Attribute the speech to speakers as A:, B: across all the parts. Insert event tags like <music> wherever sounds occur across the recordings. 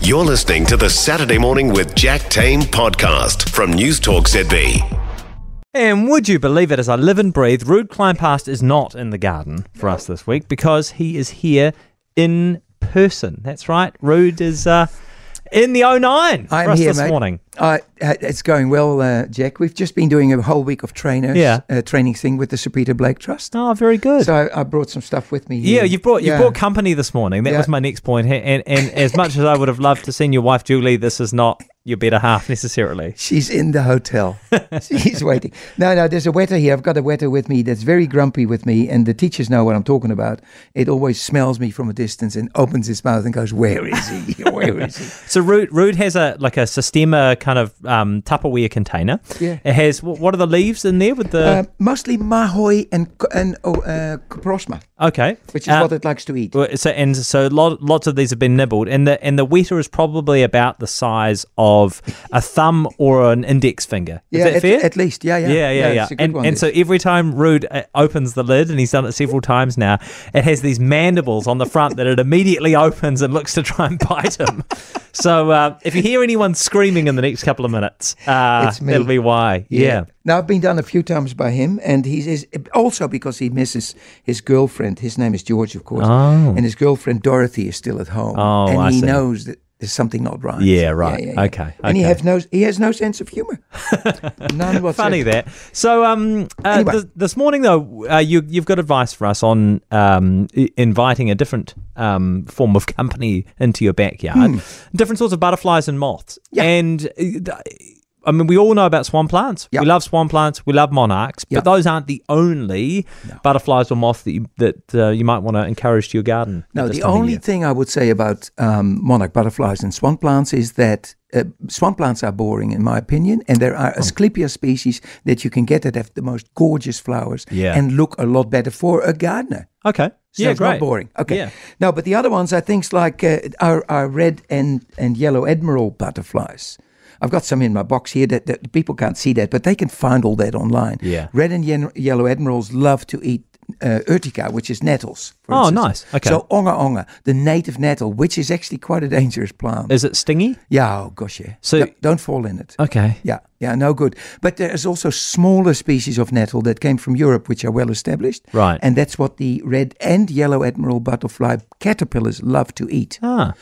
A: You're listening to the Saturday Morning with Jack Tame podcast from News Talk ZB.
B: And would you believe it, as I live and breathe, Rude Kleinpast is not in the garden for us this week because he is here in person. That's right. Rude is uh, in the 09 for
C: I'm
B: us
C: here,
B: this
C: mate.
B: morning.
C: Uh, uh, it's going well, uh, Jack. We've just been doing a whole week of trainers,
B: Yeah.
C: uh, training thing with the Sir Peter Blake Trust.
B: Oh, very good.
C: So I, I brought some stuff with me.
B: yeah,
C: here.
B: you've brought you
C: Yeah.
B: have brought
C: <laughs>
B: company this morning. That
C: Yeah.
B: was my next point. And, and and as much as I would have loved to seen your wife Julie, this is not your better half necessarily.
C: She's in
B: <laughs>
C: the hotel. She's waiting. No, no, there's a wetter here. I've got a wetter with me that's very grumpy with me, and the teachers know what I'm talking about. It always smells me from a distance and opens its mouth and goes, "Where is he? <laughs> Where
B: <laughs>
C: is he?"
B: So Rude, Rude has a like a Sistema kind of um, Tupperware container.
C: Yeah.
B: It has wh- what are the leaves in there with
C: Uh,
B: the
C: mostly mahoy and co- and oh, uh, prosma,
B: okay,
C: which is
B: Uh,
C: what it likes to eat.
B: Well, So and so, lot, lots of these have been nibbled, and the and the weta is probably about the size of a thumb or an index finger. Is
C: yeah,
B: that
C: at,
B: fair?
C: at least, yeah, yeah,
B: yeah, yeah, yeah.
C: it's a good
B: And,
C: one,
B: and
C: this.
B: so every time Rude uh, opens the lid, and he's done it several times now, it has these mandibles on the front that it immediately <laughs> opens and looks to try and bite him. so uh, if you hear anyone screaming in the next couple of minutes, uh,
C: It's me.
B: it'll be why. yeah.
C: Now I've been done a few times by him, and he is also because he misses his girlfriend. His name is George, of course,
B: Oh.
C: and his girlfriend Dorothy is still at home,
B: Oh,
C: and
B: I
C: he
B: see.
C: knows that there's something not right.
B: Yeah, right. Okay,
C: And he
B: okay.
C: have no, he has no sense of
B: <laughs>
C: humor. None whatsoever.
B: funny that. So, um, uh,
C: Anyway.
B: th- this morning though, uh, you you've got advice for us on um, I- inviting a different um, form of company into your backyard, different sorts of butterflies and moths,
C: Hmm. Yeah.
B: and. uh, th- I mean, we all know about swan plants.
C: Yeah.
B: We love swan plants. We love monarchs,
C: Yeah.
B: but those aren't the only butterflies or moths that you, that uh, you might want to encourage to your garden. at
C: No,
B: this
C: the
B: time of
C: only
B: year.
C: thing I would say about um, monarch butterflies and swan plants is that uh, swan plants are boring, in my opinion, and there are Asclepias species that you can get that have the most gorgeous flowers
B: Yeah.
C: and look a lot better for a gardener.
B: okay,
C: So
B: yeah,
C: it's
B: great,
C: not boring. Okay.
B: Yeah.
C: No, but the other ones are things like uh, our, our red and, and yellow admiral butterflies. I've got some in my box here that, that people can't see that, but they can find all that online.
B: Yeah.
C: Red and yen- yellow admirals love to eat uh, urtica, which is nettles. for
B: Oh,
C: instance.
B: nice. Okay.
C: So onga onga, the native nettle, which is actually quite a dangerous plant.
B: Is it stingy?
C: yeah, oh gosh, yeah.
B: Uh, So-
C: No, don't fall in it. <laughs>
B: Okay,
C: Yeah, yeah, no good. But there's also smaller species of nettle that came from Europe, which are well established.
B: Right.
C: And that's what the red and yellow admiral butterfly caterpillars love to eat.
B: ah,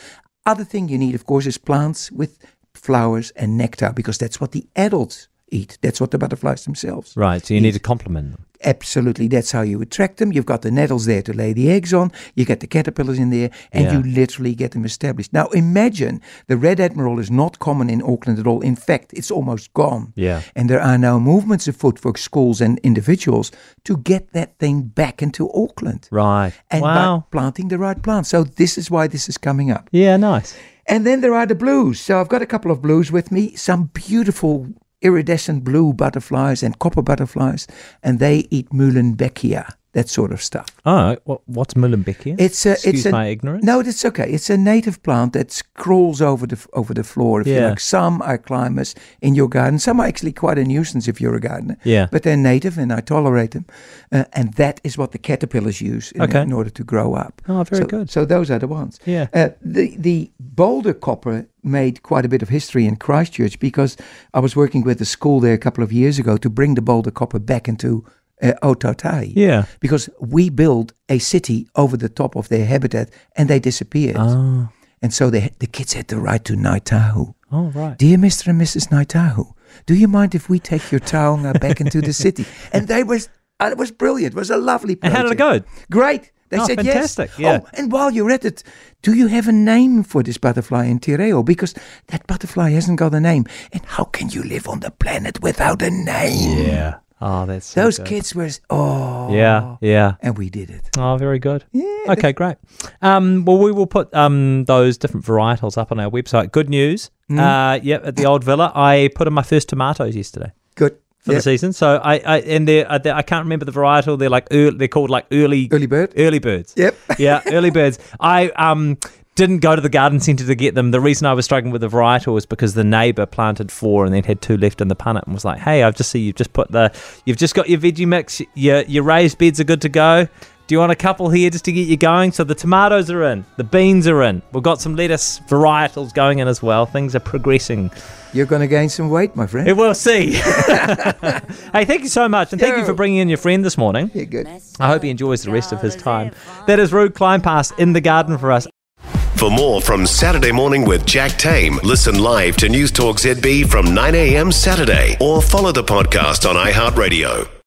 C: Other thing you need, of course, is plants with flowers and nectar, because that's what the adults eat. That's what the butterflies themselves.
B: right. So you need to compliment them.
C: Absolutely, that's how you attract them. You've got the nettles there to lay the eggs on. You get the caterpillars in there, and
B: Yeah.
C: you literally get them established. Now, imagine the red admiral is not common in Auckland at all. In fact, it's almost gone.
B: Yeah.
C: And there are now movements afoot for schools and individuals to get that thing back into Auckland.
B: Right.
C: And
B: wow.
C: by planting the right plants. So this is why this is coming up.
B: Yeah, nice.
C: And then there are the blues. So I've got a couple of blues with me, some beautiful iridescent blue butterflies and copper butterflies, and they eat Mullenbeckia, that sort of stuff.
B: Oh, what, what's Mullenbeckia?
C: It's a,
B: Excuse
C: it's a,
B: my ignorance.
C: No, it's okay. It's a native plant that crawls over the f- over the floor. If you
B: Yeah.
C: like, some are climbers in your garden. Some are actually quite a nuisance if you're a gardener.
B: Yeah.
C: but they're native, and I tolerate them. Uh, and that is what the caterpillars use in,
B: Okay.
C: in order to grow up.
B: Oh, very
C: so,
B: good.
C: So those are the ones.
B: Yeah.
C: Uh, the the boulder copper made quite a bit of history in Christchurch because I was working with the school there a couple of years ago to bring the boulder copper back into. Uh, Otatai
B: Yeah.
C: because we build a city over the top of their habitat and they disappeared.
B: Oh,
C: And so they, the kids had the right to Naitahu.
B: oh, right.
C: Dear Mr. and Mrs. Naitahu, do you mind if we take your taonga back
B: <laughs>
C: into the city? And they was, uh, it was brilliant. It was a lovely
B: And
C: project.
B: how did it go?
C: Great. They
B: Oh,
C: said
B: fantastic,
C: yes.
B: yeah.
C: Oh, and while you're at it, do you have a name for this butterfly in Tireo? Because that butterfly hasn't got a name. And how can you live on the planet without a name?
B: Yeah. Oh, that's so
C: Those
B: good.
C: kids were, oh.
B: Yeah, yeah.
C: And we did it.
B: Oh, very good.
C: Yeah,
B: Okay, great. Um, well, we will put um, those different varietals up on our website. Good news.
C: Hmm?
B: Uh, yep, at the old villa, I put in my first tomatoes yesterday
C: Good.
B: for the season. So I, I and they're, uh, they're I can't remember the varietal. They're like early, they're called like early
C: Early bird.
B: early birds.
C: Yep. <laughs>
B: yeah, early birds. I um didn't go to the garden centre to get them. The reason I was struggling with the varietal was because the neighbour planted four and then had two left in the punnet and was like, "Hey, I've just see you've just put the you've just got your veggie mix. Your your raised beds are good to go. Do you want a couple here just to get you going? So the tomatoes are in, the beans are in. We've got some lettuce varietals going in as well. Things are progressing.
C: You're going to gain some weight, my friend.
B: And We'll see. <laughs> hey, thank you so much, and thank you for bringing in your friend this morning.
C: Yeah, good.
B: I hope he enjoys the rest of his time. That is Rude Climb Past in the garden for us.
A: For more from Saturday Morning with Jack Tame, listen live to News Talk ZB from 9 a.m. Saturday or follow the podcast on iHeartRadio.